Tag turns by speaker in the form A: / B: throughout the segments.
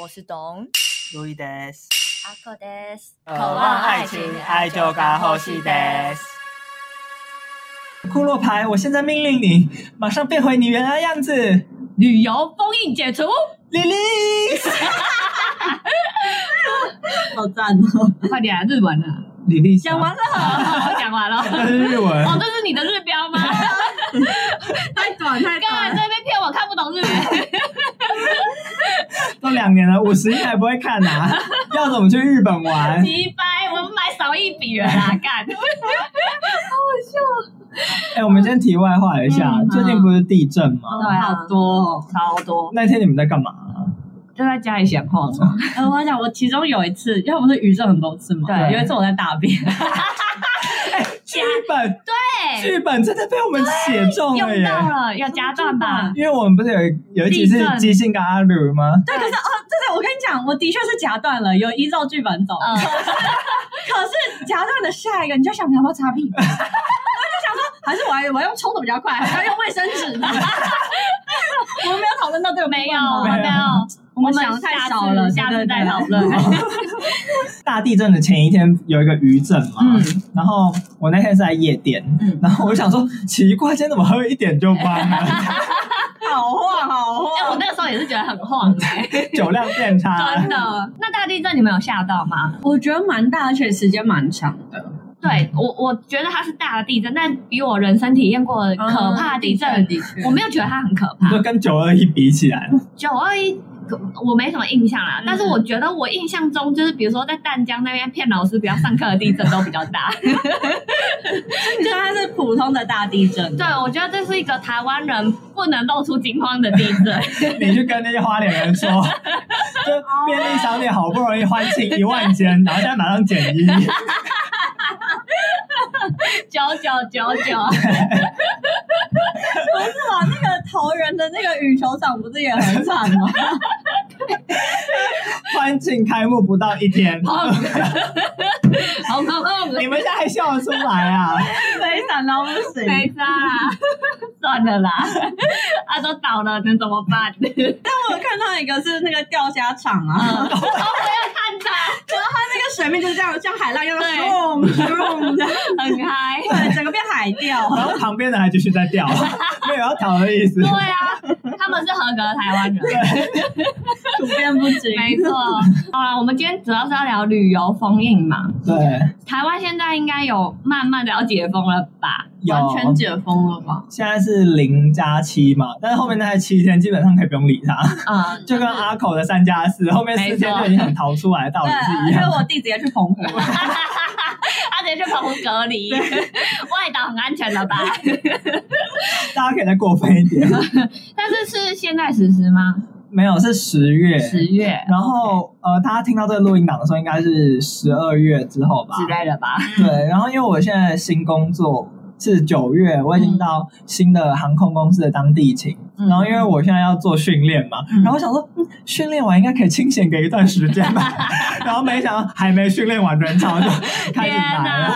A: 我是董
B: 路易德斯，
A: 阿克德斯，
B: 渴望爱情，爱就该呼吸的。骷髅牌，我现在命令你，马上变回你原来样子，
C: 旅游封印解除，
B: 莉莉。
D: 好赞哦！
C: 快点啊，日文啊，
B: 莉莉莎
C: 讲完了，讲完了。
B: 那是日文
C: 哦，这是你的日标吗？
D: 太短太
C: 刚才
D: 短，
C: 在那边骗我看不懂日文，
B: 都两年了，五十亿还不会看 啊？要怎么去日本玩？
C: 鸡掰，我们买少一笔了啦，干。
B: 哎、我们先题外话一下，
C: 嗯
B: 最近不是地震吗？
C: 对啊
D: 好多、哦。
C: 超多，
B: 那天你们在干嘛？
C: 就在家里闲晃嘛。
D: 呃，我讲，我其中有一次，因为我不是余震很多次嘛，
C: 对
D: 有一次我在大便，
B: 剧本，
C: 对，
B: 剧本真的被我们写中了
C: 用
B: 耶！
C: 到了，要加段吧。
B: 因为我们不是有一有一集是
C: 地震
B: 即兴跟阿鲁吗？
D: 对，可是哦，真的，我跟你讲，我的确是夹断了，有依照剧本走，
C: 嗯，
D: 可是夹断的下一个，你就想你要不要擦屁 股？我就想说，还是我还我要用冲的比较快，还要用卫生 纸呢。我们没有讨论到这个部分
C: 没有，
D: 吗
C: 我们没有，
D: 我们想的太少了，
C: 下次
D: 对
C: 再讨。
D: 对
C: 论。 哎
D: 对
B: 大地震的前一天有一个余震嘛，
C: 嗯
B: 然后我那天是在夜店，
C: 嗯
B: 然后我就想说奇怪，今天怎么喝一点就翻 了，
D: 好晃好
C: 哎，我
D: 晃，
C: 那个时候也是觉得很晃，哎
B: 酒量变差
C: 真。的。那大地震你们有吓到吗？
D: 我觉得蛮大，而且时间蛮长的。
C: 对我，我觉得它是大的地震，但比我人生体验过的可怕地震，
D: 啊的确，
C: 我没有觉得它很可怕。
B: 就跟九二一比起来，
C: 九二一，哦我没什么印象啦。
D: 嗯
C: 但是我觉得我印象中，就是比如说在淡江那边骗老师不要上课的地震都比较大。
D: 你说它是普通的大地震，
C: 对，我觉得这是一个台湾人不能露出惊慌的地震。
B: 你去跟那些花脸人说， 就便利商店好不容易欢庆一万间，然后现在马上减 一，
C: 九九九九，
D: 是吧？那个桃园的那个羽球场不是也很惨吗？
B: 欢庆开幕不到一天，
C: 好好好，
B: 你们现在还笑得出来啊？
D: 悲惨到不行。
C: 没差啦，算了啦，啊都倒了，能怎么办？ 呃
D: 但我看到一个是那个钓虾场
C: 哦
D: 啊，
C: 我要看他，
D: 它那个水面就是这样，像海浪一样
C: 对
D: boom boom 的，
C: 很嗨。
D: 对，整个变海钓。
B: 然后旁边的还继续在掉，没有要逃的意思
C: 对。啊，他们是合格的台湾人。
D: 主编不行
C: 没错，好啦，我们今天主要是要聊旅游封印嘛。
B: 对，
C: 台湾现在应该有慢慢的要解封了吧？
B: 有
D: 完全解封了吧？
B: 现在是零加七嘛，但是后面那七天基本上可以不用理他，
C: 嗯，
B: 就跟阿口的三加四后面四天就已经很逃出来的道理
D: 对，
B: 是一
D: 而
B: 样
D: 且。我弟直接去澎湖，
C: 他直接去澎湖隔离，外岛很安全了吧？
B: 大家可以再过分一点，
C: 但是是现在实施吗？
B: 没有是十月，
C: 十月
B: 然后呃，大家听到这个录音档的时候应该是十二月之后吧？
C: 之类的吧？
B: 对，然后因为我现在新工作是九月，我已经到新的航空公司的当地勤。
C: 嗯
B: 然后因为我现在要做训练嘛，
C: 嗯
B: 然后我想说、嗯训练完应该可以清闲给一段时间 吧，然后没想到还没训练完，人潮就开始
C: 天
B: 来了，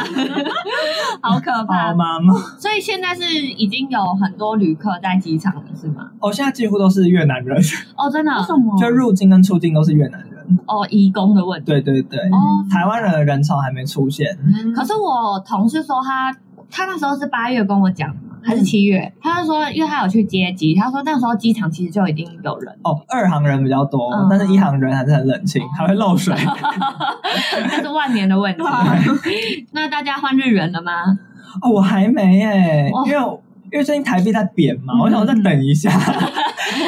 C: 好可
B: 好
C: 怕！
B: 妈妈。
C: 所以现在是已经有很多旅客在机场了，是吗？
B: 哦，现在几乎都是越南人，
C: 哦，真的
D: 么
B: 就入境跟出境都是越南人。
C: 哦，移工的问题
B: 对对对，
C: 哦。
B: 台湾人的人潮还没出现。
C: 可是我同事说他，他那时候是八月跟我讲的嘛，还是七
B: 嗯
C: 月？他就说，因为他有去接机，他说那时候机场其实就已经 有人了，
B: 哦，二航人比较多，
C: 嗯
B: 但是一航人还是很冷清，还会漏水。
C: 这是万年的问题。 那大家换日元了吗？
B: 哦，我还没耶，
C: 哇
B: 因为我因为最近台币在贬嘛，我想我再等一下，
D: 要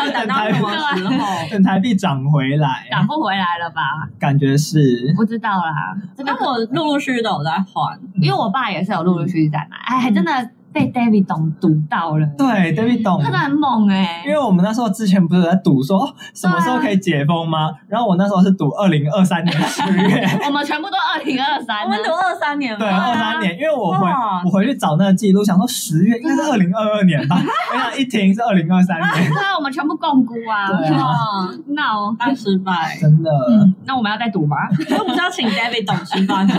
D: 嗯等到什么时候？
B: 等台币涨回来，
C: 涨不回来了吧？
B: 感觉是
C: 不知道啦，这个
D: 但我陆陆续续都有在还，
C: 因为我爸也是有陆陆续续在买，哎，还真的被 David 懂读到了，
B: 对，David 懂
C: 他真。的很猛哎、
B: 因为我们那时候之前不是有在赌说哦什么时候可以解封吗？
D: 啊
B: 然后我那时候是赌二零二三年十月，
C: 我们全部都二零二三，啊
D: 我们读二三年
B: 对，
D: 吧，
B: 二三年，因为我回
D: 哇
B: 我回去找那个记录，想说十月应该是二零二二年 吧，我想一听是二零二三年，
C: 对啊，我们全部共估啊，
B: 对啊
D: 啊，
C: 那哦
D: 大失 败。
B: 真的。
C: 嗯，那我们要再赌吗？
D: 又不是要请 David 董吃饭吗？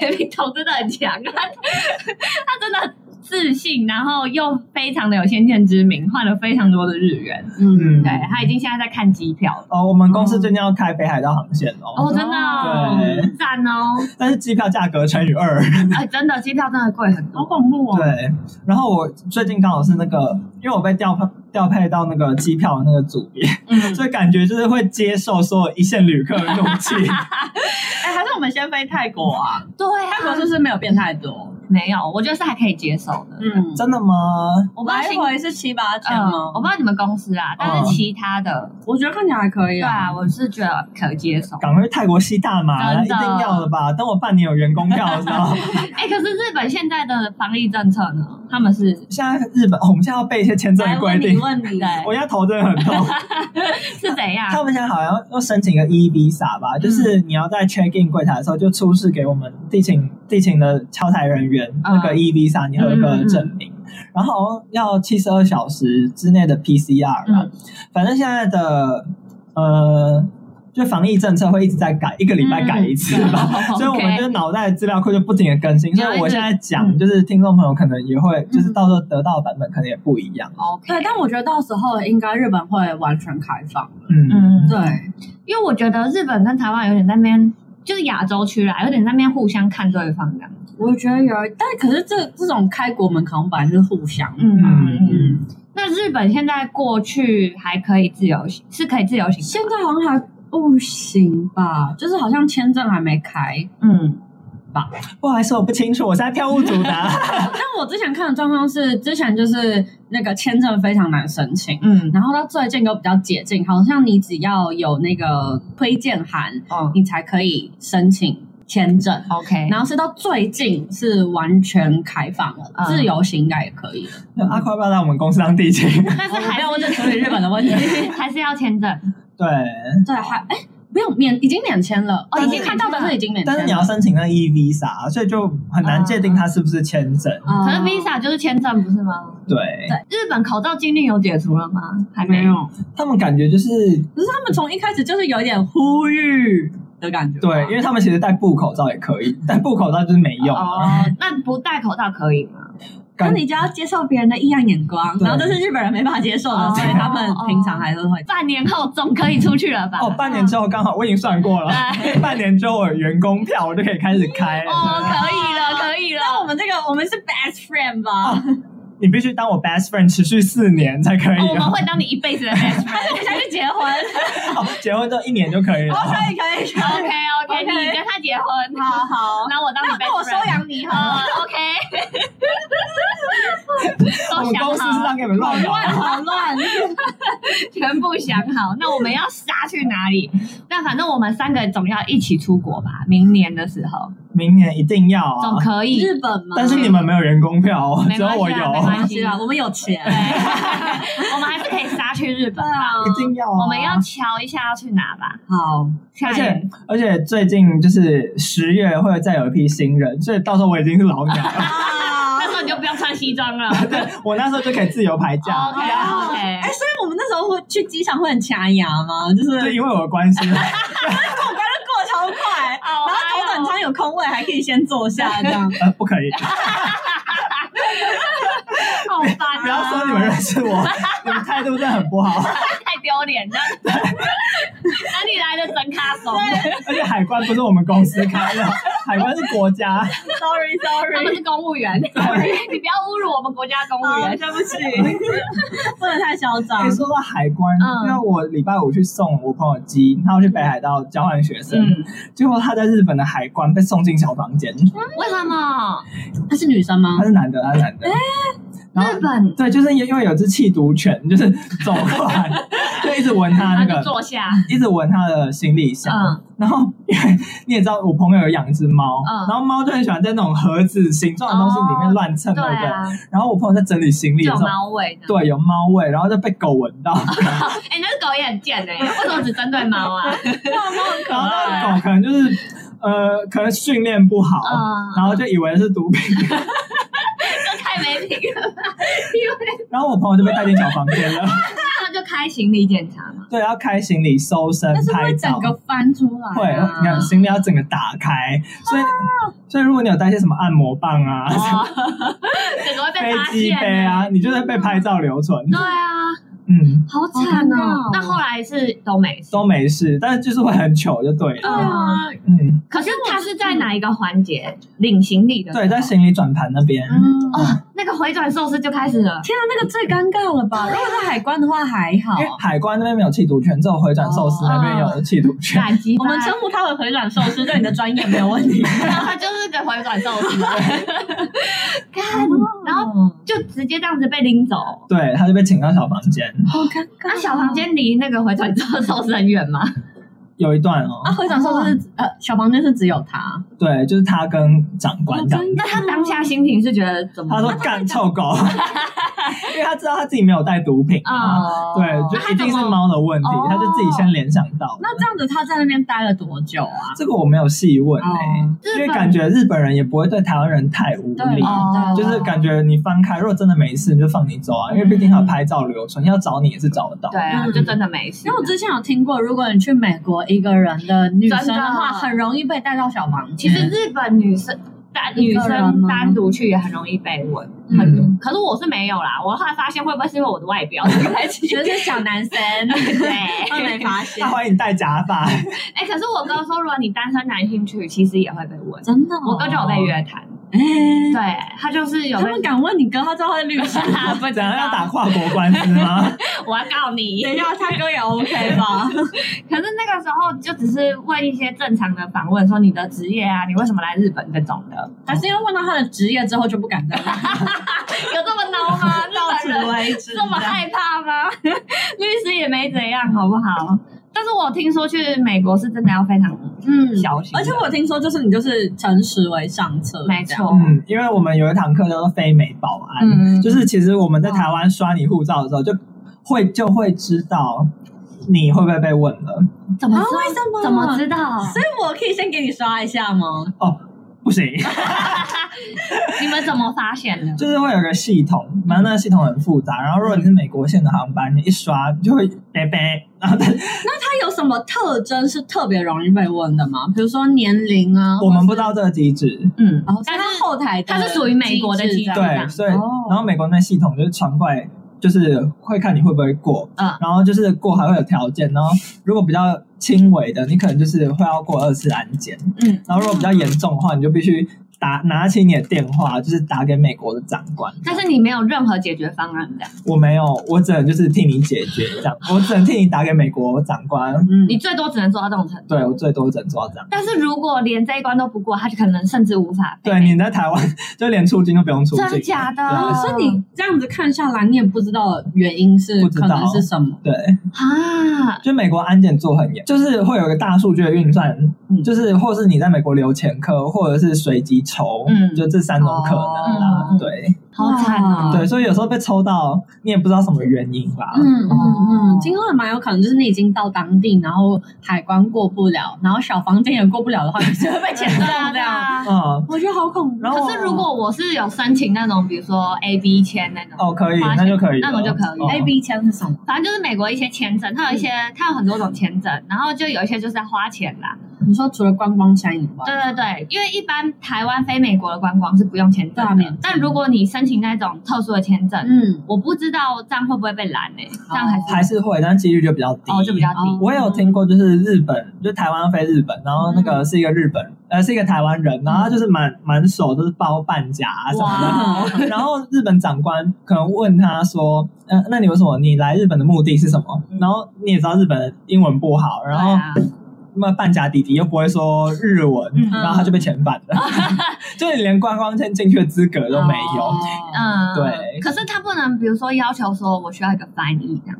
C: David 啊 头真的很强，他他真的自信，然后又非常的有先见之明，换了非常多的日元。
B: 嗯
C: 对他已经现在在看机票了。
B: 哦，我们公司最近要开北海道航线哦，
C: 哦，真的哦
B: 对
C: 赞 哦！
B: 但是机票价格乘以二。
C: 哎，真的机票真的贵很多。
D: 好恐怖哦！
B: 对，然后我最近刚好是那个，因为我被调配调配到那个机票的那个组 别，
C: 嗯，
B: 所以感觉就是会接受所有一线旅客的怒 气。
D: 哎，还是我们先飞泰国啊？
C: 对
D: 泰国
C: 啊
D: 是，不是没有变太多？
C: 没有，我觉得是还可以接受的。
D: 嗯，
B: 真的吗？
C: 我不知道
D: 来
C: 新
D: 回是七八千
C: 嗯，
D: 吗
C: 我？不知道你们公司啊，但
B: 嗯
C: 是其他的，
D: 我觉得看起来还可以
C: 对
D: 啊。
C: 啊，我是觉得可接受。
B: 赶快去泰国吸大麻，一
C: 真的
B: 定要的吧？等我半年有员工票的时 候，
C: 哎，可是日本现在的防疫政策呢？他们是
B: 现在日本，我们现在要背一些签证
D: 来
B: 的规
D: 问你
B: 定，
D: 问你，
C: 对
B: 我现在头真的很痛。
C: 是怎 样？
B: 他们现在好像要申请个 E visa 吧，就是你要在 check in 柜台的时候就出示给我们地勤地勤的敲台人员、那个 E visa，你会有一个证明，然后好像要七十二小时之内的 PCR 吧。反正现在的呃，就防疫政策会一直在改，一个礼拜改一次
C: 嗯
B: 吧。 所以我们就是脑袋的资料库就不停的更新，所以我现在讲就是听众朋友可能也会，就是到时候得到的版本可能也不一样。
C: OK，
D: 对，但我觉得到时候应该日本会完全开放了。
B: 嗯，
C: 嗯，
D: 对，
C: 因为我觉得日本跟台湾有点在那边，就是亚洲区啦，有点在那边互相看对方这样。
D: 我觉得有，但可是这这种开国门可能本来就是互相。
C: 嗯
B: 嗯
D: 嗯，
C: 那日本现在过去还可以自由行，是可以自由行的。
D: 现在好像还不行吧，就是好像签证还没开。
C: 嗯，
B: 不好意思，我不清楚，我是在票务 组的啊。
D: 但我之前看的状况是，之前就是那个签证非常难申请，
C: 嗯
D: 然后到最近都比较解禁，好像你只要有那个推荐函，
C: 哦
D: 你才可以申请签证。
C: ，OK，
D: 然后是到最近是完全开放了，
C: 嗯
D: 自由行应该也可以了。
B: 阿宽要不要来我们公司当地勤？
C: 但是还是
D: 没有，我只处理日本的问题。
C: 还是要签 证。
B: 对，
D: 对，还哎，不用免，已经免签了。哦，
B: 但
D: 已
B: 是
D: 经看到的是已经免签
B: 但
D: 了。
B: 是你要申请那 E visa，所以就很难界定它是不是签证。
D: 哦
C: 可是 Visa 就是签证，不是吗？
B: 啊对，
C: 日本口罩禁令有解除了吗？还
D: 没
C: 没。
D: 有，
B: 他们感觉就是
D: 可是他们从一开始就是有一点呼吁的感觉吧。
B: 对，因为他们其实戴布口罩也可 以，但布口罩就是没用啊。
C: 哦，那不戴口罩可以吗？
D: 那
B: 感
D: 你就要接受别人的异样眼光，
B: 对
D: 然后这是日本人没办法接受的，
C: 哦
D: 所以他们平常还是会。
C: 半年后总可以出去了吧？
B: 哦，半年之后刚好我已经算过了，
C: 对
B: 半年之后我有员工票我就可以开始开了。
C: 哦，可以了，可以了。
D: 那我们这个我们是 best friend 吧？
B: 哦你必须当我 best friend 持续四年才可以、
C: 哦我们
B: 哦，
C: 会当你一辈子 的 best friend。
D: 我们想去结婚，
B: 结婚之后一年就可以了。
D: 可以可以可
C: OK
D: 以，
C: OK，
D: OK
C: 你跟他结婚，
D: 好好，
C: 那我当你
D: 那
C: best friend。
D: 那我收养你哈。
C: 哦，OK。
B: 我
C: 都
B: 们
C: 想
B: 公司是
C: 好，
B: 让给你们
D: 好
B: 乱搞。
D: 乱好乱，
C: 全部想好。那我们要杀去哪里？ 但反正我们三个总要一起出国吧，明年的时候
B: 明年一定要
C: 总
B: 啊，
C: 可以。
D: 日本嘛。
B: 但是你们没有员工票哦，
C: 没
B: 只有
C: 关系啊
B: 我有，
C: 没
D: 没
C: 关
D: 关系啦，我们有钱。
C: 我们还是可以杀去日本吧。
B: 一定要、啊。
C: 我们要瞧一下要去哪吧。
D: 好，
C: 下
B: 而
C: 一
B: 且
C: 个
B: 而且最近就是十月会再有一批新人，所以到时候我已经是老鸟 了。
D: 啊
C: 那时候你就不要穿西装了。
B: 对，我那时候就可以自由排假，
C: 哦 OK
D: 啊
C: OK，
D: 哎，所以我们那时候会去机场会很掐牙吗？就是
B: 就因为我的关系， 呃
D: 过超快，
C: 然后
D: 然后头等舱有空位还可以先坐下这样。
B: 不可以，
C: 好烦、啊，
B: 不要说你们认识我，你们态度真的很不好，
C: 太丢脸了， 哪里来的整卡手？
B: 而且海关不是我们公司开的，海关是国家，
D: Sorry
C: 他们
D: Sorry，
C: 是公务员， 你不要侮辱我们国家公务员。
D: 对不起，不能太嚣张
B: 可以。说到海关，
C: 嗯
B: 因为我礼拜五去送我朋友鸡，他要去北海道交换学生，
C: 嗯，
B: 结果他在日本的海关被送进小房间，
C: 为什么
D: 她是女生吗
B: 他？是男的，他是男的，然后
C: 日本？
B: 对，就是因为有只气毒犬，就是走过 来，就一直闻他那
C: 他就
B: 个，
C: 坐下，
B: 一直闻他的行李箱。
C: 嗯
B: 然后因为你也知道，我朋友有养一只猫，
C: 嗯哦
B: 然后猫就很喜欢在那种盒子形状的东西里面乱蹭，
C: 对
B: 对不对？
C: 啊，
B: 然后我朋友在整理行李
C: 就
B: 的
C: 有
B: 时候，
C: 猫味的。
B: 对，有猫味，然后就被狗闻到，
C: 哎，那狗也很贱哎，为什么只针对猫啊？
B: 然后那个狗可能就是呃，可能训练不好，
C: 嗯
B: 然后就以为是毒品，
C: 这太没品了吧，因为
B: 然后我朋友就被带进小房间了。
C: 他就开行李检查嘛，
B: 对，要开行李、搜身
D: 但、是
B: 拍
D: 会
B: 照
D: 整。个翻出来、啊，
B: 会，你看行李要整个打开，所以所以如果你有带一些什么按摩棒啊、
C: 啊哦，整个会被
B: 飞
C: 发
B: 机
C: 现
B: 杯啊，
C: 欸。
B: 你就会被拍照留存。
C: 对啊，
B: 嗯，
D: 好
C: 好
D: 惨哦、
C: 那后来是都没事。
B: 都没事，但是就是会很糗就对
C: 对
B: 了。
C: 啊，
B: 嗯，
C: 可是他是在哪一个环节领行李的？
B: 对，在行李转盘那边，
D: 嗯哦，
C: 哦，那个回转寿司就开始了。
D: 天啊，那个最尴尬了 吧？如果是海关的话还好
B: 因，为海关那边没有气毒圈，只有回转寿司那边有气毒圈。
C: 感激
D: 我 们称呼它为回转寿司，对你的专业没有问题。
C: 然后就是个回转寿司，看，然后
D: 后
C: 就直接这样子被拎走。
B: 对，他就被请到小房间，
D: 好尴尬，
C: 那小房间离那个回转寿司很远吗？
B: 有一段哦
D: 啊，，回转寿司是呃小房间是只有他，
B: 对，就是他跟长
C: 哦
B: 官
D: 哦
B: 这样。
C: 那他当下心情是觉得怎么
B: 他？说干臭狗， 因为他知道他自己没有带毒品啊，
C: 哦
B: 对，就一定是猫的问题
C: 哦，
B: 他就自己先联想到的。
D: 那这样子他在那边待了多久啊？
B: 这个我没有细问欸
D: 哦
B: 诶，因为
C: 日本
B: 感觉日本人也不会对台湾人太无
D: 对
B: 理，
C: 哦
B: 就是感觉你翻开，如果真的没事，你就放你走啊，因为毕竟还有拍照留存，要找你也是找得到。
C: 对啊，
D: 嗯
C: 就真的没事
D: 因为。我之前有听过，如果你去美国一个人的女生的话，
C: 真的
D: 很容易被带到小房
C: 其
D: 间。
C: 实日本女生单女生单独去也很容易被问，
D: 嗯
C: 很多。可是我是没有啦，我后来发现会不会是因为我的外 表？
D: 觉得是小男 生，
C: 对，
D: 他没发现
B: 他，怀疑你戴假发，
C: 哎、可是我哥说，如果你单身男性去，其实也会被问。
D: 真的哦，
C: 我哥就有被约谈，
D: 哎
C: 对他就是有
D: 他
C: 被。
D: 们敢问你哥，他知道他是律 师
C: 不知
B: 怎
C: 道
B: 样要打跨国官司吗？
C: 我要告你。
D: 等一下，他哥也 OK 吧？
C: 可是那个时候就只是问一些正常的访问，说你的职业啊，你为什么来日本这种的，
D: 还 是因为问到他的职业之后就不敢再问，
C: 有这么 low 吗？
D: 到
C: 日
D: 此
C: 本人
D: 为止。
C: 这么害怕吗？ 律师也没怎样，好不好？但是我听说去美国是真的要非常
D: 嗯
C: 小心的，
D: 而且我听说，就是你就是诚实为上策，
C: 没
D: 这
C: 错
D: 样，
B: 嗯，因为我们有一堂课叫做非美保安，
D: 嗯
B: 就是其实我们在台湾刷你护照的时候，就会就会知道你会不会被问了。
C: 怎么
D: 啊
C: 知道
D: 为什么
C: 怎么知道？
D: 所以我可以先给你刷一下吗？
B: 不行，
C: 你们怎么发现的？
B: 就是会有个系统，然后那个系统很复杂。然后如果你是美国线的航班，你一刷就会拜拜，然后但
D: 他有什么特征是特别容易被问的吗？比如说年龄啊，
B: 我们不知道这个机制。
D: 嗯，哦，
C: 但
D: 但
C: 是
D: 是它后台的
C: 它是属于美国的机制
D: 这样
C: 这
B: 对，
C: 样
B: 所以
D: 哦
B: 然后美国那系统就是传过来，就是会看你会不会过，
D: 嗯
B: 然后就是过还会有条件，然后如果比较轻微的，你可能就是会要过二次安检，
D: 嗯，
B: 然后如果比较严重的话，你就必须打拿起你的电话，就是打给美国的长官。
C: 但是你没有任何解决方案的，
D: 嗯
B: 我没有，我只能就是替你解决这样，我只能替你打给美国长官。
D: 嗯
C: 你最多只能做到这种程度。
B: 对我最多只能做到这样。
C: 但是如果连这一关都不过，他就可能甚至无法被
B: 对你在台湾就连出境都不用出
C: 哎真的
B: 境，
C: 假的？
B: 对
D: 哦，
B: 啊
D: 所以你这样子看下来，你也不知道原因是
B: 不知道
D: 可能是什么。
B: 对，
C: 啊，
B: 就美国安检做很严，就是会有个大数据的运算，
D: 嗯
B: 就是或是你在美国留前科，或者是随机抽，
D: 嗯
B: 就这三种可能啦。
C: 哦
B: 对
C: 好惨哦！
B: 对，所以有时候被抽到，你也不知道什么原因吧。
D: 嗯嗯
C: 哦
D: 嗯，听说也蛮有可能，就是你已经到当地，然后海关过不了，然后小房间也过不了的话，你就会被遣
C: 对
D: 送
C: 啊，
D: 这
C: 对
D: 样。
C: 啊。
B: 嗯，
D: 我觉得好恐怖。啊
B: 然后
C: 可是如果我是有申请那种，比如说 A B 签那种，
B: 哦，可以，
C: 花钱
B: 那就可以了，
C: 那种就可以
B: 哦
D: A B 签是什么？
C: 反正就是美国一些签证，它有一些，
D: 嗯
C: 它有很多种签证，然后就有一些就是要花钱啦。
D: 你说除了观光山以外，
C: 对对对，因为一般台湾飞美国的观光是不用签
D: 对啊
C: 证
D: 免
C: 的
D: 签，
C: 但如果你申请那种特殊的签证，
D: 嗯，
C: 我不知道这样会不会被拦呢、欸这样还是
B: 还是会，但几率就比较低，
C: 哦就比较低。
D: 哦
B: 我也有听过，就是日本，就台湾飞日本，然后那
C: 嗯
B: 个是一个日本，呃，是一个台湾人，然后他就是满满手都是包半甲啊什么
C: 哇，
B: 的。 然后日本长官可能问他说：“嗯、那你有什么？你来日本的目的是什么？”然后你也知道日本英文不好，然后
C: 嗯对啊
B: 那半甲弟弟又不会说日文，
C: 嗯
B: 然后他就被遣返 了，就你连观光签进去的资格都没有。哦
D: 嗯，
C: 嗯，
B: 对
C: 可是他不能，比如说要求说我需要一个翻译这样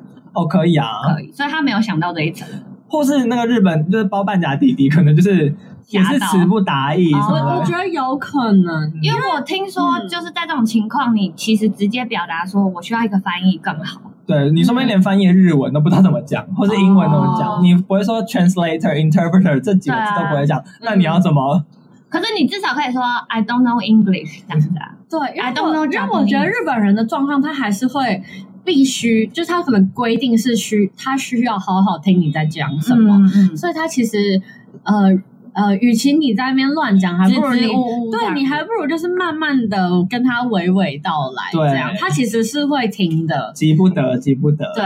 B: 可以啊，
C: 可以，所以他没有想到这一层。
B: 或是那个日本就是包半甲弟弟，可能就是也是
C: 吓到
B: 词不达意什
C: 哦
B: 么
D: 我
B: 的
D: 我。觉得有可能，
C: 因为我听说，
D: 嗯
C: 就是在这种情况，你其实直接表达说我需要一个翻译更好。
B: 对你说不定连翻译的日文都不知道怎么讲，或是英文怎么
C: 嗯哦
B: 讲，你不会说 translator、interpreter 这几个字
C: 对啊
B: 都不会讲，那你要怎么？
C: 可是你至少可以说 I don't know English 这样子啊。
D: 对，因为
C: I don't
D: 我
C: know
D: 因为
C: Japanese
D: 我觉得日本人的状况，他还是会。必须，就是他可能规定是需他需要好好听你在讲什么，
C: 嗯嗯，
D: 所以他其实呃呃，与其你在那边乱讲，还
C: 支
D: 不如你
C: 支吾吾这
D: 对，
C: 样，
D: 你还不如就是慢慢的跟他娓娓道来，
B: 对
D: 这样他其实是会听的。
B: 急不得，急不得。
D: 对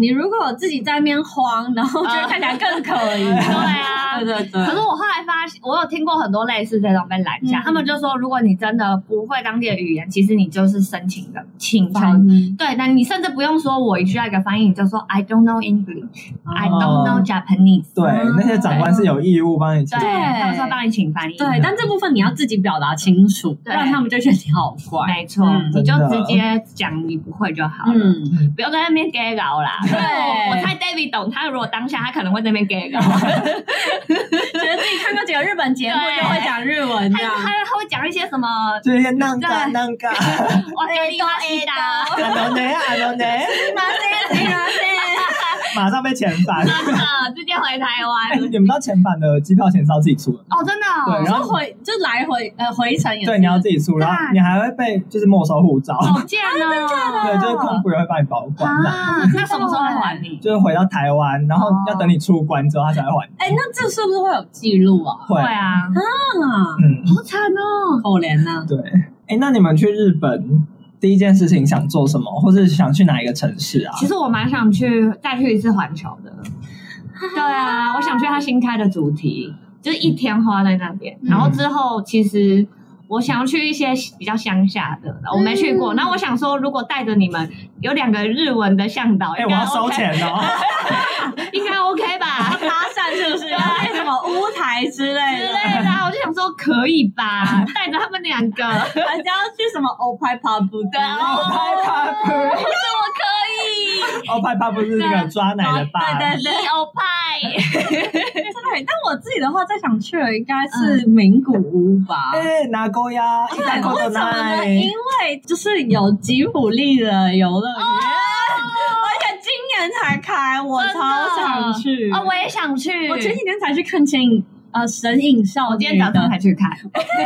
D: 你如果自己在那边慌，然后就会看起来更可疑。
C: 对啊，
D: 对对对。
C: 可是我后来发现，我有听过很多类似这种被拦下，
D: 嗯
C: 他们就说，如果你真的不会当地的语言，其实你就是申请的请求。
D: 译
C: 对，那你甚至不用说我需要一个翻译，你就说 I don't know English,、I
B: 哦
D: Oh
C: don't know Japanese。
B: 对，那些长官是有义务帮你
C: 对，
B: 查。
C: 他们说帮你请翻译。
D: 对，但这部分你要自己表达清楚，不
C: 对
D: 然他们就觉得你好怪。
C: 没错，
D: 嗯
C: 你就
B: 真的
C: 直接讲你不会就好了。
D: 嗯，
C: 不要在那边 gay 搞啦！
D: 对
C: 我猜 David 懂，他如果当下他可能会在那边 gay 搞，他
D: 觉得自己看过几个日本节目
C: 对
D: 就会讲日文这样。
C: 他他会讲一些什么
B: 就是一些那个
C: 对
B: 那 个，啊
C: 哇
D: 哎
C: 咖喱哇西达，
B: 阿龙呢阿龙 呢， 马上被遣返。
C: 真的直接回台
B: 哎
C: 湾
B: 你们知道遣返的机票钱是要自己出的，
C: 哦，真的
B: 对
C: 哦，
B: 然
D: 然
B: 后
D: 后回就来回呃回程也是
B: 对，你要自己出，然后你还会被就是没收护照，
C: 好贱哦，
B: 对，就是空服员会帮你保管这样。
C: 啊，那什么时候会还你？
B: 就是回到台湾，然后要等你出关之后，他才会还你。
D: 哎，那这是不是会有记录啊？
C: 对
B: 会，
C: 啊，
D: 啊，
B: 嗯，
C: 好惨哦，
D: 可怜啊呐！
B: 对。哎，那你们去日本第一件事情想做什么，或是想去哪一个城市啊？
C: 其实我蛮想去再去一次环球的，对啊，我想去他新开的主题，就是一天花在那边。然后之后其实我想要去一些比较乡下的，我没去过。
D: 嗯
C: 那我想说，如果带着你们有两个日文的向导，
B: 哎，
C: 应
B: 我
C: 该
B: 要收
C: OK，
B: 钱哦。
C: 应该 OK 吧？
D: 搭讪是不是？搭什么乌台之
C: 之
D: 类的？
C: 类的啊，我就想说可以 吧，带着他们两个，
D: 还是要去什么欧派 pub
C: 对啊
B: 我拍怕不是，
C: 我可
B: 我拍怕不是那个抓奶的爸。
D: 哦
C: 以，
D: 对
C: 你欧派，
D: 对，哎但我自己的话，最想去的应该是名古屋吧。
B: 哎，拿勾呀，一大口
D: 为
B: 的
D: 什么呢？
B: 奶。
D: 因为就是有吉卜力的游乐园，
C: 哦
D: 而且今年才开，我
C: 真的
D: 超想去。
C: 哦，我也想去，
D: 嗯我前几天才去看《牵引》呃《神隐少女》
C: 我今天早上
D: 的，
C: 才去看，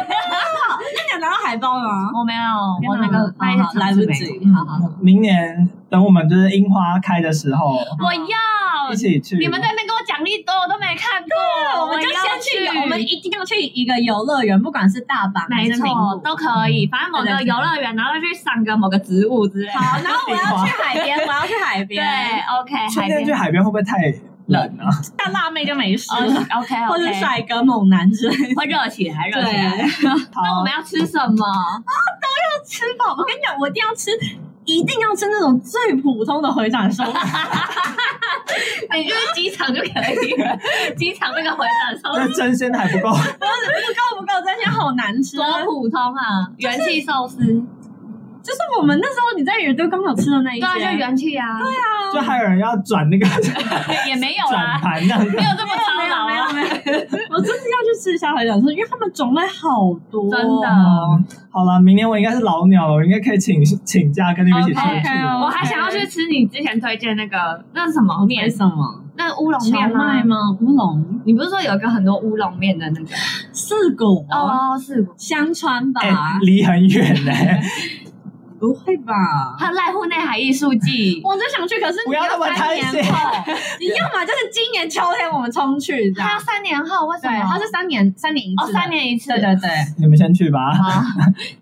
D: 那你有拿到海报吗？
C: 哦我没有，哦我那
D: 好
C: 个那一
D: 哦好
C: 场
D: 来
C: 是
D: 不
C: 没
D: 及
C: 有，
D: 好好好
B: 明年等我们就是樱花开的时候，
C: 我要
B: 一起去。
C: 哦你们在那边给我讲一堆，我都没看
D: 对
C: 过，
D: 哦我们就
C: 要
D: 先去，
C: 去，
D: 我们一定要去一个游乐园，不管是大阪还
C: 没
D: 是名
C: 错
D: 古
C: 都可
D: 嗯
C: 以，反正某个
D: 对对对
C: 游乐园，然后去赏个某个植物之类的。
D: 好，然后我要去海 边，我要去海
C: 对
D: 边。
C: ，OK，
B: 春
C: 海
B: 天
C: 边
B: 去海边会不会太冷啊？
D: 大辣妹就没 事，
C: ，OK，
D: 哦或者帅哥猛男之类的。
C: 哦会热起来，热起来。
D: 对，
C: 那我
B: 好
C: 们，要吃什么？
D: 吃饱，我跟你讲，我一定要吃，一定要吃那种最普通的回转寿 司。
C: 你就是哎机场就可以了，机场那个回转 寿
B: 那
C: 司
B: 真鲜还不够。
D: 够不够？这些好难吃啊
C: 多普通啊，元气寿司，
D: 就是我们那时候你在宇都刚好吃的那一
C: 对
D: 些，
C: 啊，就元气啊，对
B: 就还有人要转那个
C: 啊，也没有
B: 转
C: 啦，
B: 盘那样子
C: 没，有这么
D: 没
C: 操
D: 有
C: 劳
D: 没有
C: 啊，
D: 没有， 我真是要去吃一下回转寿司，因为他们种类好多，
C: 真的。
B: 好了，明年我应该是老鸟了，我应该可以请请假跟你们一起出去
D: OK，OK
B: 了。
C: 我还想要去吃你之前推荐那个那是什么面
D: 为？什么？
C: 那乌龙
D: 荞
C: 面
D: 麦
C: 吗？
D: 吗？乌龙、
C: 你不是说有一个很多乌龙面的那个？
D: 四果、
C: 哦，是
D: 香川吧？
B: 哎，离很远呢，
D: 不会吧？
C: 还有濑户内海艺术季，
D: 我就想去，可是你
B: 不要那么
D: 三
B: 贪
D: 年
B: 心
D: 后，你要么就是今年秋天我们冲去，这
C: 它
D: 样
C: 要三年后，为什
D: 对
C: 么？，
D: 它是三年三年一次
C: 啊哦，
D: 的，
C: 三年一次，
D: 对对对。
B: 你们先去吧。
C: 好，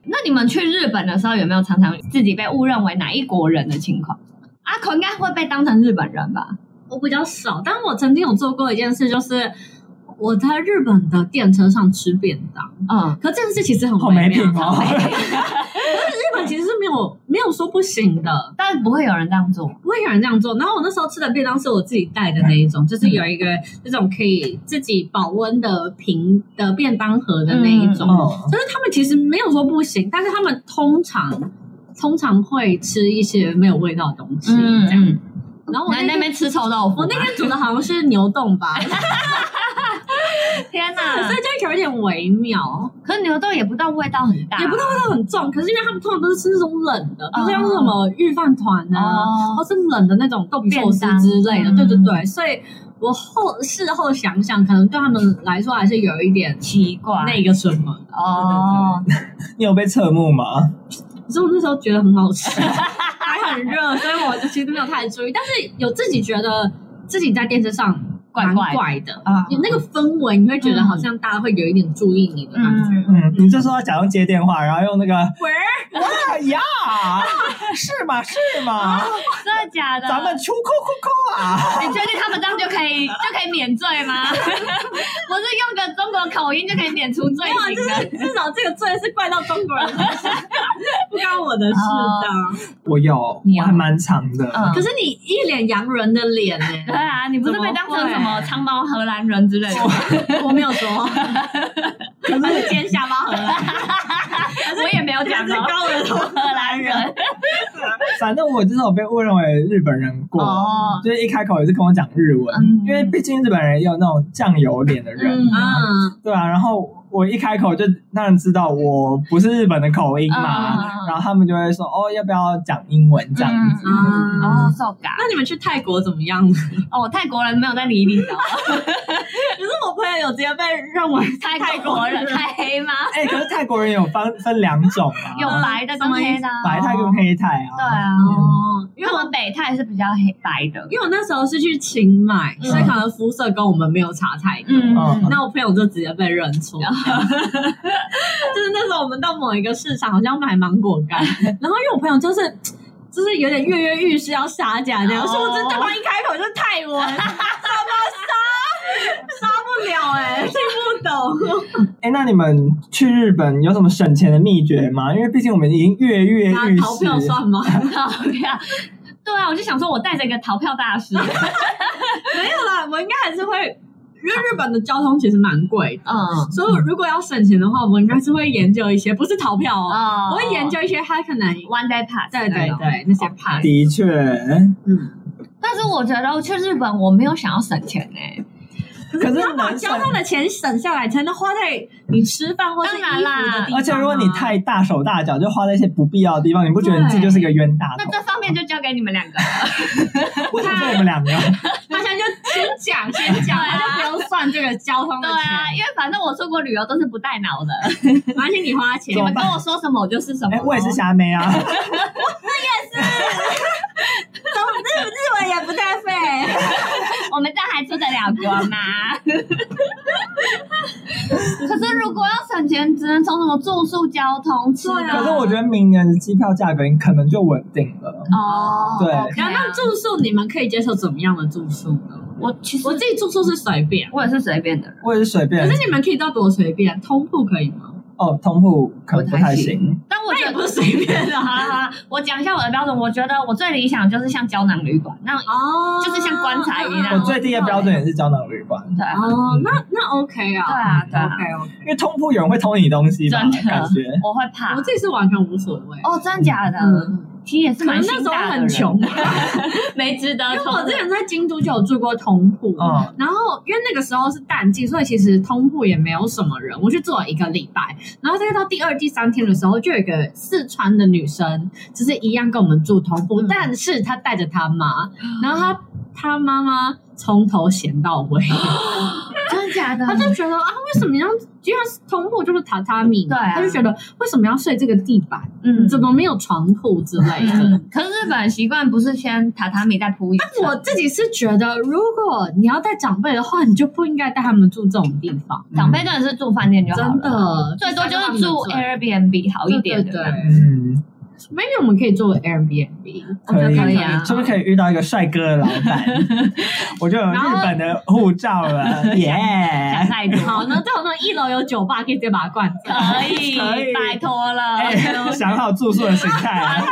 C: 那你们去日本的时候有没有常常自己被误认为哪一国人的情况？阿孔应该会被当成日本人吧？
D: 我比较少，但我曾经有做过一件事，就是我在日本的电车上吃便当。
C: 嗯，
D: 可这件事其实很
B: 好
D: 微
B: 没品
D: 妙，
B: 哦，
D: 日本其实是没有没有说不行的，
C: 但不会有人这样做。
D: 不会有人这样做。然后我那时候吃的便当是我自己带的那一
C: 嗯
D: 种，就是有一个那种可以自己保温的瓶的便当盒的那一种。
B: 嗯
D: 就是他们其实没有说不行，但是他们通常通常会吃一些没有味道的东西，这样。
C: 嗯，
D: 然后我
C: 我
D: 那
C: 在
D: 天
C: 那边吃臭豆腐吗，啊
D: 我那天煮的好像是牛冻 吧，
C: 天
D: 所以就有一点微妙，
C: 可是牛豆也不到味道很大，
D: 也不知道味道很重。可是因为他们通常都是吃那种冷的，比如说像是什么御饭团啊，
C: 哦
D: 或是冷的那种豆皮寿司之类的，
C: 便
D: 对
C: 当嗯
D: 对对。所以我后事后想想，可能对他们来说还是有一点
C: 奇怪
D: 那个什么。
C: 哦，
B: 你有被侧目吗？
D: 可是我那时候觉得很好吃，还 很热，所以我就其实没有太注意，但是有自己觉得自己在电视上蛮
C: 怪嗯
D: 怪的。
E: 啊
D: 你那个氛围，你会觉得好像大家会有一点注意你的感觉。
E: 嗯，
B: 嗯，你这时候假装接电话，然后用那个
D: 喂，
B: 哇呀，是吗？是吗？
C: 啊真的假的？
B: 咱们出扣扣扣啊！
C: 你确定他们这样就可以就可以免罪吗？不是用个中国口音就可以免除罪
D: 哇，
C: 行
D: 就
C: 的？
D: 是 至少这个罪是怪到中国人身上， 不干我的事
C: 哦
D: 这样。
B: 我有，
C: 你有
B: 我还蛮长的。
C: 嗯
D: 可是你一脸洋人的脸欸呢、
C: 对啊，你不是被当成什么长毛荷兰人之类的吗？
D: 我没有说，
C: 还是尖下巴荷兰？我也没有讲
D: 是
C: 哦，
D: 高额头
C: 荷兰人。
B: 反正我至少被误认为日本人过，
C: 哦
B: 就是一开口也是跟我讲日文，
C: 嗯
B: 因为毕竟日本人也有那种酱油脸的人，啊，
D: 嗯，
B: 对啊。然后我一开口就让人知道我不是日本的口音嘛，
C: 嗯嗯嗯
B: 然后他们就会说哦，要不要讲英文这样子？
C: 嗯
D: 嗯
C: 哦，受嘎
D: 那你们去泰国怎么样？ 可
C: 哦，泰国人没有在理你的哦，
D: 是我朋友有直接被认 为
C: 泰国人太黑吗？
B: 哎、可是泰国人有分分两种啊，
C: 有白的跟黑的哦，
B: 白泰跟黑泰啊。
C: 对啊，
D: 哦，因为
C: 他
D: 我
C: 们北泰是比较黑白的。
D: 因为我那时候是去清迈，所以可能肤色跟我们没有差太多。
C: 嗯，
B: 嗯
D: 那我朋友就直接被认出， 就是那时候我们到某一个市场，好像买芒果干，然后因为我朋友就是就是有点跃跃欲试要杀价这样，
C: 哦
D: 殊不知对方一开口就是泰文，杀吗杀杀不了哎、听不懂，
B: 哎、那你们去日本有什么省钱的秘诀吗？因为毕竟我们已经跃跃
D: 那
B: 欲
D: 逃
B: 试，
D: 票算吗？
C: 逃票。对啊，我就想说，我带着一个逃票大 师，嗯
D: 没有啦，我应该还是会，因为日本的交通其实蛮贵的，
C: 嗯
D: 所以如果要省钱的话，我应该是会研究一些，不是逃票哦，
C: 哦
D: 我会研究一些它可能
C: one day pass，
D: 对对
C: 那种。
D: 对那些 pass，
B: 的确，
D: 嗯，
C: 但是我觉得我去日本，我没有想要省钱哎，
B: 可是能
D: 把
B: 省
D: 交。通的钱省下来，才能花在你吃饭或是衣服
C: 当然啦
D: 的地方啊。
B: 而且如果你太大手大脚，就花在一些不必要的地方，你不觉得你自己就是一个冤大
C: 那
B: 头？
C: 这方面就交给你们两个。
B: 为什么是我们两个？
D: 他现在就先 讲先讲，
C: 对啊
D: 他就不用算这个交通的
C: 对啊，
D: 钱，
C: 因为反正我出国旅游都是不带脑的，
D: 而且你花钱
C: 你
B: 怎。么
C: 们
B: 办
C: 跟我说什么我就是什么
B: 哎、
C: 咯。
B: 我也是虾妹啊！
D: 日
C: 啊
D: 文也不太 费，
C: 我们这样还出得了国吗？ 可是如果要省钱，只能从什么住宿、交通、吃
D: 对
C: 的。
D: 啊
B: 可是我觉得明年的机票价格可能就稳定了。
C: 哦，
B: 对
C: OK
D: 然
C: 啊
D: 后那住宿你们可以接受怎么样的住宿呢？
C: 我其实
D: 我自己住宿是随便，
C: 我也是随便的人，
B: 我也是随便
D: 可是你们可以到多随便？啊通铺可以吗？
B: 哦，通铺可能不太
C: 不太
B: 行。
C: 但我
D: 那
C: 觉
D: 也
C: 得
D: 不是随便的啊
C: 好啦好啦，我讲一下我的标准。我觉得我最理想就是像胶囊旅馆那种，
D: 哦
C: 就是像棺材一样
B: 我最低的标准也是胶囊旅馆，
C: 对啊
D: 哦，那那 OK 啊，
C: 对啊对啊，
D: OK OK，
B: 因为通铺有人会偷你东西吧
C: 真？的
B: 感觉
C: 我会怕
D: 我。自己是完全无所谓。
C: 哦，真的假的？
D: 嗯
C: 其实也是
D: 可能
C: 蛮
D: 那时
C: 心
D: 候
C: 大的
D: 很
C: 人，
D: 穷，啊因
C: 没值得。
D: 为 我之前在京都就有住过通铺，
B: 嗯
D: 然后因为那个时候是淡季，所以其实通铺也没有什么人，我去做了一个礼拜，然后大概到第二、第三天的时候，就有一个四川的女生，就是一样跟我们住同铺，
C: 嗯
D: 但是她带着她妈，然后她她妈妈从头闲到尾，
C: 真的假的？
D: 她就觉得啊，为什么要？因为通铺就是榻榻米
C: 对
D: 嘛，
C: 啊
D: 她就觉得为什么要睡这个地板？
C: 嗯
D: 怎么没有床铺之类 的？
C: 嗯可是日本习惯不是先榻榻米再铺一层？
D: 我自己是觉得，如果你要带长辈的话，你就不应该带他们住这种地方，
C: 长辈真的是住饭店就好
D: 真
C: 了，
D: 的。
C: 哦最多就是住 Airbnb 好一点
D: 对
C: 的。
D: 对对
B: 嗯，
D: maybe 我们可以做 Airbnb，
C: 我觉得
B: 可以
C: 可以啊
B: 是不是可以遇到一个帅哥的老板？我就有
D: 然后
B: 日本的护照了，耶！
C: 想太多。
D: 好，那最好那种一楼有酒吧，可以直接把它灌掉。
C: 可 以
B: 可以，
C: 拜托了，
B: 哎
C: 真
B: 想好住宿的形态 啊，
C: 的。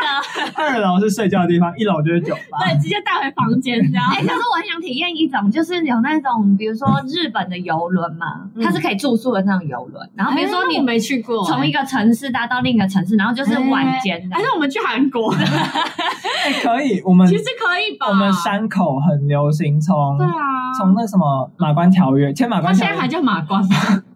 B: 二楼是睡觉的地方，一楼就是酒吧。
D: 对，直接带回房间这样
C: 哎、。可是我很想体验一种，就是有那种，比如说日本的游轮嘛，
D: 嗯
C: 它是可以住宿的那种游轮。然后比如说
D: 哎那
C: 你
D: 我没去过，
C: 从一个城市搭到另一个城市，然后就是晚间的
D: 哎，。那我们去韩 国，
B: 哎，可以，我们
D: 其实可以吧？
B: 我们山口很流行从
D: 对啊，
B: 从那什么马关条约，签马
D: 他
B: 关条
D: 现在还
B: 约，
D: 叫马关吗？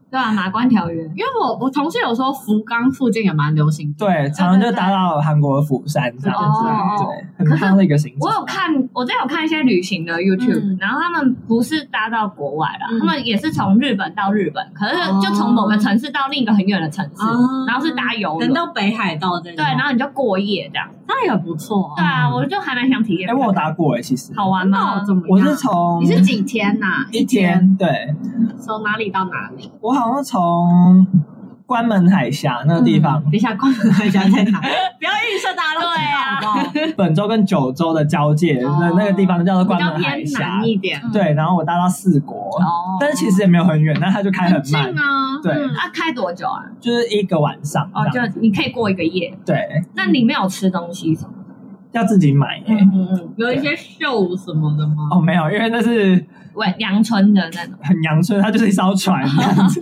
C: 对啊，马关条约。
D: 因为我我同事有说福冈附近也蛮流行的，
B: 对，常常就搭到韩国釜山这样子，
C: 哦
B: 对，很夯的一个行
C: 我有
B: 程。
C: 看，我之前有看一些旅行的 YouTube，、
D: 嗯
C: 然后他们不是搭到国外啦，
D: 嗯
C: 他们也是从日本到日本，可是
D: 哦
C: 就从某个城市到另一个很远的城市，
D: 哦
C: 然后是搭游
D: 能
C: 轮。
D: 到北海道这种
C: 对，然后你就过夜这样。
D: 那那也不错
C: 对
D: 啊。
C: 啊，我就还蛮想体验
B: 哎，
C: 看看。
B: 我有打过哎，其实
C: 好玩
D: 那
C: 吗
D: 我？怎么
B: 我
D: 样
B: 是从
D: 你是几天呐？
B: 一天，对
D: 从哪里到哪里？
B: 我好像从关门海峡那个地方，
D: 等一下，关门海峡在哪？ 不要预设大家都知
C: 啊
D: 道，好不好？
B: 本州跟九州的交界的、那个地方叫做
D: 比
B: 关
D: 较
B: 门海
D: 偏
B: 峡
D: 南，一点。
B: 对，然后我搭到四国，
C: 啊
D: 哦
B: 但是其实也没有很远，但它就开很
D: 近
B: 慢，
D: 啊，
B: 对
D: 嗯
C: 啊，开多久啊？
B: 就是一个晚上
C: 哦，
B: 这
C: 就
B: 样，
C: 你可以过一个夜，
B: 对，
C: 那你没有吃东西什么？
B: 要自己买、欸。
C: 嗯嗯，
D: 有一些秀什么的吗？
B: 哦，没有，因为那是
C: 喂，阳春的那种。
B: 很阳春，它就是一艘船这样 子，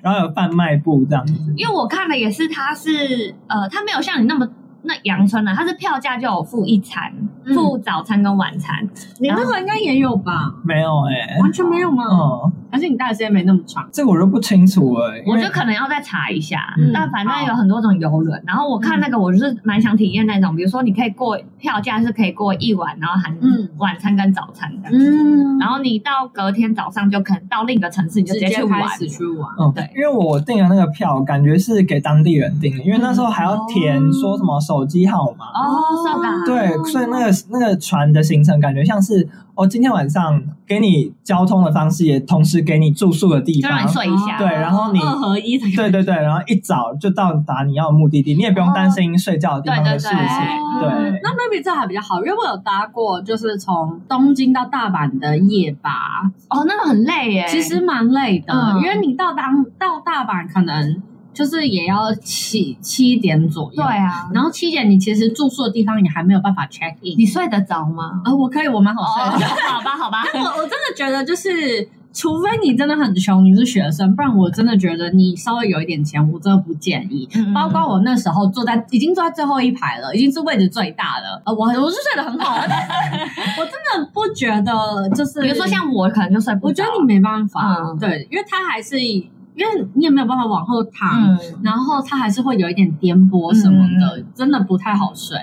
B: 然后有贩卖部这样子。
C: 因为我看的也是，它是呃，它没有像你那么那阳春了，它是票价就有付一餐，
D: 嗯
C: 付早餐跟晚餐。
D: 你那个应该也有吧？
B: 没有哎、
D: 完全没有吗？
B: 哦，
D: 还是你待的时间没那么长？
B: 这个我就不清楚了，因
C: 我
B: 为
C: 就可能要再查一下，
B: 嗯
C: 但反正有很多种游轮。然后我看那个，我就是蛮想体验那种，比如说你可以过票价是可以过一晚，然后含
D: 嗯
C: 晚餐跟早餐的。
D: 嗯
C: 然后你到隔天早上就可能到另一个城市，你就直
D: 直
C: 接去
D: 接
C: 玩
D: 开。始去玩。
B: 嗯，
C: 对
B: 因为我订的那个票，感觉是给当地人订的，因为那时候还要填说什么手机号码。
C: 哦，是吧？
B: 对，所以那个那个船的行程感觉像是哦，今天晚上给你交通的方式，也同时给你住宿的地
C: 就让
B: 方
C: 你。睡一下。
B: 对然后你
D: 二合一的感觉
B: 对对对，然后一早就到达你要的目的地，你也不用担心睡觉的地方的事情。
C: 哦对
B: 对
D: 那 maybe 这还比较好，因为我有搭过，就是从东京到大阪的夜巴，
C: 哦，那个很累耶。
D: 其实蛮累的，
C: 嗯
D: 因为你到当到大阪可能就是也要七七点左右，
C: 对，啊，
D: 然后七点你其实住宿的地方也还没有办法 check in，
C: 你睡得着吗？
D: 啊、我可以，我蛮好睡的。
C: 好吧，好吧。
D: 哦 我我真的觉得就是。除非你真的很穷，你是学生，不然我真的觉得你稍微有一点钱，我真的不建议。
C: 嗯
D: 包括我那时候坐在已经坐在最后一排了，已经是位置最大了。呃，我我是睡得很好，但是 我真的不觉得就是，
C: 比如说像我可能就睡不
D: 我
C: 着，
D: 觉得你没办法，
C: 嗯
D: 对，因为他还是因为你也没有办法往后躺，
C: 嗯，
D: 然后他还是会有一点颠簸什么的，真的不太好睡。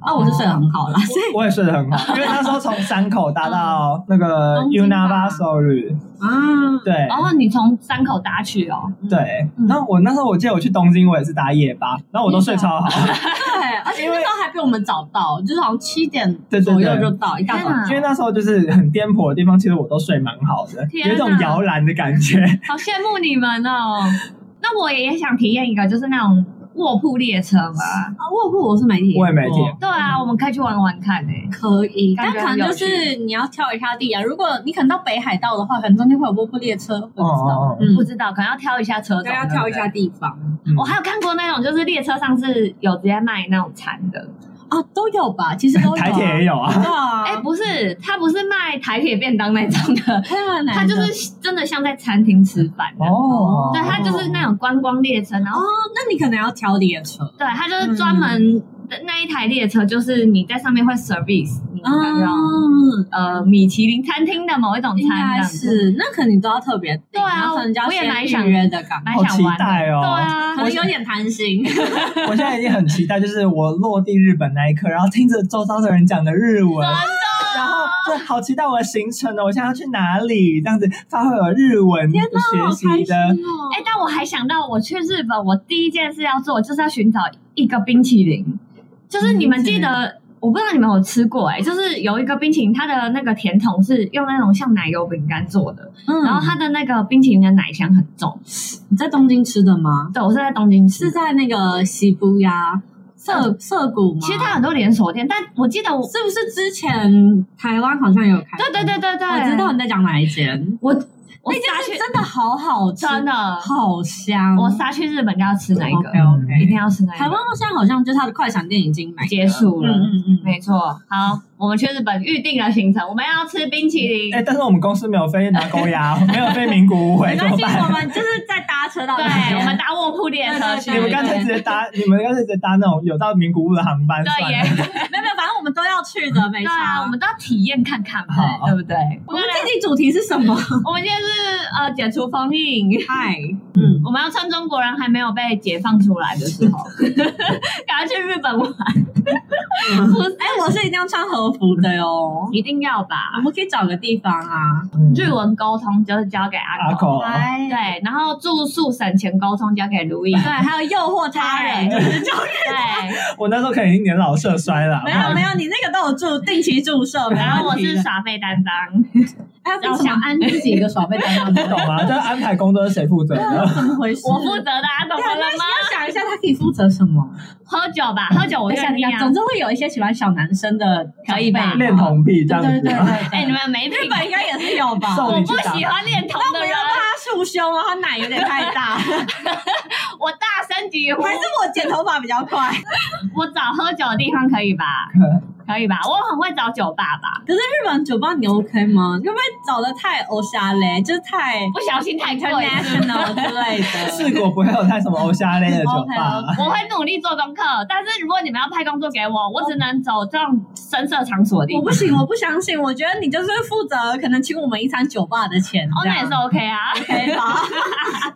D: 啊，我是睡得很好啦，所以
B: 我也睡得很好，因为那时候从山口搭
C: 嗯
B: 到那个
D: 东
B: u
D: 京
B: n a
D: 吧
B: v a s o r u
D: 啊，
B: 对
C: 然后你从山口搭去哦，
B: 对
D: 嗯。
B: 然后我那时候我记得我去东京，我也是搭夜巴，然后我都睡超好，
D: 对，而且那时候还被我们找到，就是好像七点
B: 对对对
D: 左右就到，一大早
C: 天。啊
B: 因为那时候就是很颠簸的地方，其实我都睡蛮好的，
C: 天啊
B: 有一种摇篮的感觉。
C: 好羡慕你们哦。那我也想体验一个，就是那种卧铺列车嘛。
D: 啊，卧铺我是没体验过，
B: 我也没体验
C: 对啊，我们可以去玩玩看欸诶。
D: 可以，
C: 感
D: 但
C: 觉
D: 可能
C: 很有
D: 就
C: 趣
D: 是你要挑一下地啊。如果你可能到北海道的话，可能中间会有卧铺列车，我不知道
B: 哦哦哦，
D: 嗯
C: 不，知道，可能要挑一下车种，
D: 对，要挑一下
C: 对不对。
D: 地方
B: 嗯
C: 我还有看过那种，就是列车上是有直接卖那种餐的。
D: 啊，都有吧？其实都有啊，
B: 台铁也有啊，
D: 对啊，
C: 哎，不是，它不是卖台铁便当那种的，
D: 太难了，
C: 它就是真的像在餐厅吃饭的。
B: 哦，
C: 对，它就是那种观光列车，然后
D: 哦，嗯那你可能要挑列车
C: 对，它就是专门的那一台列车，就是你在上面会 service 你
D: 哦
C: 的那种、
D: 嗯，
C: 呃米其林餐厅的某一种餐，
D: 应
C: 这
D: 该
C: 样子
D: 是，那可能你都要特别订，
C: 对啊
D: 然后可能就要
C: 我也蛮
D: 先
C: 想
D: 预约的感觉，
C: 蛮
B: 好
C: 想
B: 期
C: 玩的。
B: 待哦
C: 对啊
D: 可，能有点贪 心。
B: 我现在已经很期待，就是我落地日本那一刻，然后听着周遭的人讲的日文，然后就好期待我的行程哦，我现在要去哪里，这样子发挥我日文
D: 天哪，
B: 学
D: 好
B: 习
D: 开心
B: 的。
D: 哦！
C: 哎、但我还想到，我去日本，我第一件事要做就是要寻找一个冰淇淋，就是你们记
D: 嗯冰淇
C: 得。我不知道你们有没有吃过哎、就是有一个冰淇淋，它的那个甜筒是用那种像奶油饼干做的，
D: 嗯
C: 然后它的那个冰淇淋的奶香很重。
D: 你在东京吃的吗？
C: 对，我是在东京吃
D: 是，在那个西布呀涩涩谷吗？
C: 嗯其实它很多连锁店，但我记得我
D: 是不是之前台湾好像有开？
C: 对对对对对，
D: 我知道你在讲哪一间。
C: 我我
D: 那
C: 杀
D: 间是
C: 去
D: 真的好好吃，
C: 真的，
D: 好香。
C: 我杀去日本就要吃那一个，
D: OK OK。
C: 一定要吃那一个。
D: 台湾好像好像就是它的快闪店已经买了
C: 结束了，
D: 嗯嗯嗯。
C: 没错。好，我们去日本预定了行程，我们要吃冰淇淋。
B: 哎，但是我们公司没有飞拿钩鸭，没有飞名古屋，
D: 没
B: 哎怎
D: 关
B: 么
D: 系，我
B: 办？
D: 们就是在搭车到
C: 对
D: 那，边
C: 我们搭卧铺列车去。
D: 对
B: 你们干脆直接搭， 你们干脆直接搭那种有到名古屋的航班
C: 对
B: 算
C: 耶
B: 了。，
D: 没有没有，反正我们都要去的，没
C: 对
D: 差。
C: 啊，我们都要体验看看嘛
B: 好，
C: 对不对？
D: 我们这集主题是什么？
C: 我们今天是呃解除封印，
D: 嗨，
B: 嗯
C: 我们要趁中国人还没有被解放出来的时候，赶快去日本玩。
D: 不， 哎、我是一定要穿和服的哦。
C: 一定要吧
D: 我？们可以找个地方啊，
B: 嗯
C: 日文沟通就是交给阿
B: 阿狗，
C: 狗，
D: 哎，
C: 对，然后住宿省钱沟通交给路易，
D: 对，还有诱惑他人，就是就
C: 对，
B: 我那时候可能已经年老色衰了，
D: 没有没有，你那个都有住定期注射，
C: 然
D: 然
C: 后
D: 后
C: 我
D: 我
C: 是
D: 是
C: 耍废担当，
D: 还有什么安自己一个耍被担当
B: 懂吗？就是安排工作是谁负责的？
D: 怎么回事？
C: 我负责的啊，懂
D: 对啊，
C: 了
D: 那你
C: 吗？
D: 要想一下，他可以负责什么？
C: 喝酒吧，喝酒我
D: 我
C: 愿
D: 想
C: 意
D: 一
C: 啊
D: 下，。总之会有一些喜欢小男生的，
C: 可以吧
B: 恋童癖这样
D: 对对对
B: 子
D: 对
B: 吗？
D: 对，
C: 哎，你们没品
D: 日本应该也是有吧？
B: 送
C: 我
B: 你
C: 不
B: 去打
C: 喜欢恋童
D: 那
C: 的
D: 不
C: 人
D: 要，帮他束胸哦，他奶有点太大，还
C: 我大声疾呼，
D: 是我剪头发比较快。
C: 我找喝酒的地方可以吧？可以吧？我很会找酒吧吧？
D: 可是日本酒吧你 OK 吗？你会不会找的太欧沙嘞？就是太
C: 不小心太贵了是不是
D: international 之类 的？
B: 四国不会有太什么欧夏类的酒
D: OK，OK
B: 吧，
C: 我会努力做功课，但是如果你们要派工作给我，我只能走这种深色场所的地
D: 哦我
C: 方。
D: 不行，我不相信。我觉得你就是负责可能请我们一餐酒吧的钱，
C: 哦，
D: 这
C: 那
D: 样
C: 也是 OK 啊。
D: OK 吧？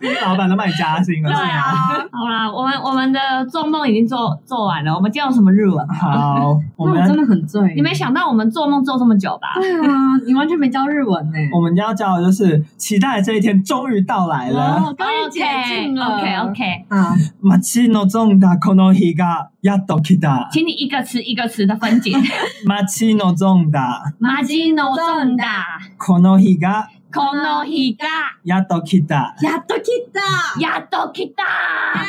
B: 因为老板都帮你加薪了，
C: 对
B: 是吗？
C: 啊，好啦，我们我们的做梦已经做做完了。我们今天有什么日文？
D: 嗯
B: 好，我
D: 那
B: 们
D: 的很醉
C: 你没想到我们做梦做这么久 吧？
D: 对啊，你完全没教日文呢。
B: 我们要教的就是期待这一天终于到来了。
D: 哦，终于解禁了。
C: OK OK，
D: 嗯，
B: 街のゾンダこの日がやっと来た。
C: 请你一个词一个词的分解。
B: 街のゾンダ
C: 马吉诺重大，
B: この日が
C: 空の日が
B: やっと来た。
D: やっと来た。
C: やっと来 た，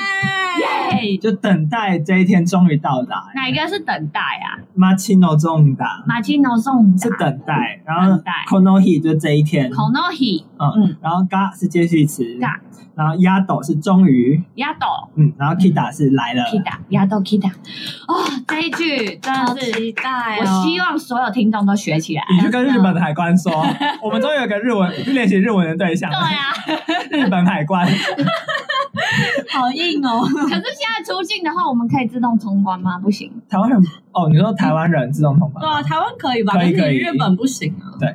C: 耶！
B: 就等待这一天终于到来。
C: 哪一个是等待啊？
B: 街のゾンダ
C: 马吉诺重
B: 是
C: 大，
B: 等待，然后
C: 嗯等待
B: kono hi 就是这一天，
C: 空の日
B: 嗯，然后 ga 是介系词
C: ga，
B: 然后 yado 是终于，
C: やっと
B: 嗯，然后 kita 是来了，
C: 来た，やっと来た。哦，这一句真
D: 好
C: 的是，
D: 期待
C: 我
D: 哦！
C: 希望所有听众都学起来。
B: 你去跟日本的海关说， 我们终于有个日文练习日文的对象
C: 对
B: 了，
C: 啊，
B: 日本海关。
D: 好硬哦。
C: 可是现在出境的话，我们可以自动通关吗？不行。
B: 台湾人哦，你说台湾人自动通
D: 对
B: 关，
D: 啊， 台湾可以吧？
B: 可以
D: 但是你
B: 可以
D: 日本不行啊。
B: 对，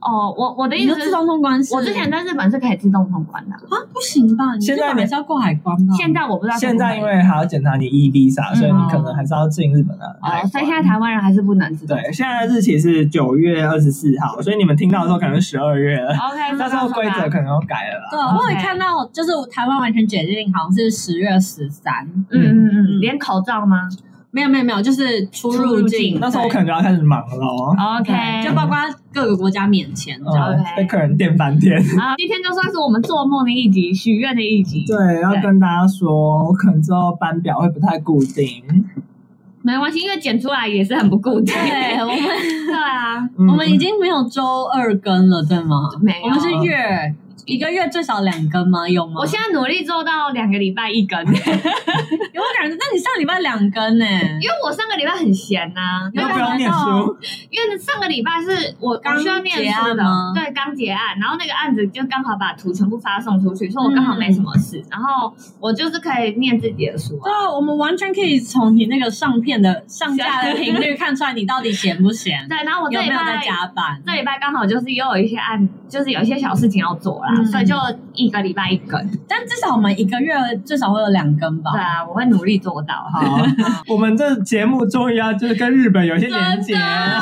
C: 哦，我我的
D: 你
C: 意
D: 就
C: 思
D: 自
C: 是，
D: 动通关是？
C: 我之前在日本是可以自动通关的，
D: 啊不行吧？你
B: 现在
D: 日本还是要过海关吧？
C: 现在我不知道可不可以。
B: 现在因为还要检查你 E visa，所以你可能还是要进日本啊的海
C: 嗯哦，所以现在
B: 关。
C: 台湾人还是不能自动。
B: 哎对，现在的日期是九月二十四号，所以你们听到的时候可能是十二月了，
C: OK，
B: 到时候
C: 嗯
B: 规则可能要改了啦。
D: 对，啊我有
C: 哦 OK
D: 看到，就是台湾完全解禁，好像是十月十三。
C: 嗯嗯嗯，
D: 嗯
C: 连口罩吗
D: 没有没有没有，就是出
C: 出入
D: 入
C: 境
D: 境。
B: 那时候我
D: 对
B: 可能就要开始忙了哦。
C: ？OK，
D: 就包括各个国家免签这样。
B: 嗯
C: OK
B: 被客人电翻天。
C: 啊，今天就算是我们做梦的一集，许愿的一集，
B: 对，要跟大家说，我可能之后班表会不太固定。
C: 没关系，因为剪出来也是很不固定。
D: 对，我们
C: 对啊，
B: 嗯
D: 我们已经没有周二更了，对吗？
C: 没有
D: 我们是月一个月最少两更吗？有吗？
C: 哦我现在努力做到两个礼拜一 根，因
D: 有没有感觉？那你上礼拜两更 呢？
C: 为我上个礼拜很闲呐、
B: 要不要念
D: 难
B: 书？
C: 因为上个礼拜是我
D: 刚
C: 我需要念书
D: 结案
C: 的
D: 吗，
C: 对，刚结案，然后那个案子就刚好把图全部发送出去，所以我刚好没什么事，
D: 嗯
C: 然后我就是可以念自己的书啊
D: 对。啊，我们完全可以从你那个上片的上架的频率看出来你到底闲不闲，
C: 对，然后我这
D: 有没
C: 礼
D: 有
C: 拜
D: 在加班。
C: 这礼拜刚好就是又有一些案，就是有一些小事情要做啦，
D: 嗯
C: 所以就一个礼拜一根。
D: 但至少我们一个月至少会有两更吧
C: 对。啊，我会努力做到哈。
B: 好，我们这节目终于要就是跟日本有一些连结，
D: 啊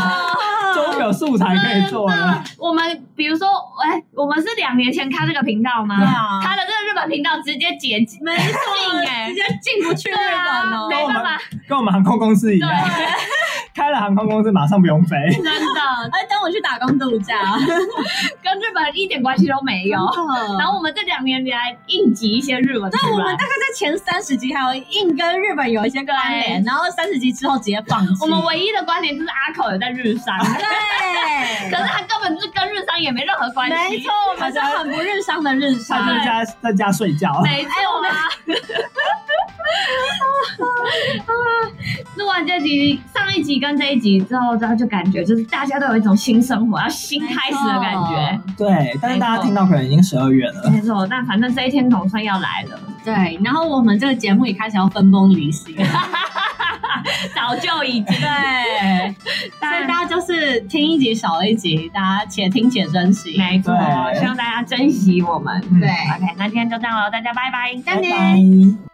B: 终于有素材 可以做
C: 真
B: 了
C: 的。我们比如说，哎，我们是两年前开这个频道吗？
D: 对啊
C: 开了这个日本频道，直接解禁，
D: 没错，
C: 哎
D: 直接进不去日
C: 对
D: 本
C: 啊，
D: 哦。
C: 没办法，
B: 跟我们航空公司一样，开了航空公司马上不用飞。
C: 真的
D: 哎，等我去打工度 假。
C: 跟日本一点关系都没有。然
D: 然
C: 后我们这两年来应急一些日文出来，
D: 嗯对，我们大概在前三十集还有硬跟日本有一些关联，然后三十集之后直接放弃。
C: 我们唯一的关联就是阿口有在日 商，可
D: 对，
C: 是他根本是跟日商也没任何关系。
D: 没错，我们是很不日商的日商
B: 他。在家在家睡觉，
C: 没错 啊。录完这集、上一集跟这一集之后，然后就感觉就是大家都有一种新生活、要新开始的感觉。
B: 对，但是大家听到可能已经十二月了。
C: 没错，但反正这一天总算要来了，
D: 对，然后我们这个节目也开始要分崩离析。 对，
C: 早就已经。
D: 所以大家就是听一集少一集，大家且听且珍惜。
C: 没错，
B: 对
C: 希望大家珍惜我们。
B: 嗯
D: 对
C: OK，那今天就这样了，大家拜拜，再
B: 拜
C: 见。
B: 拜。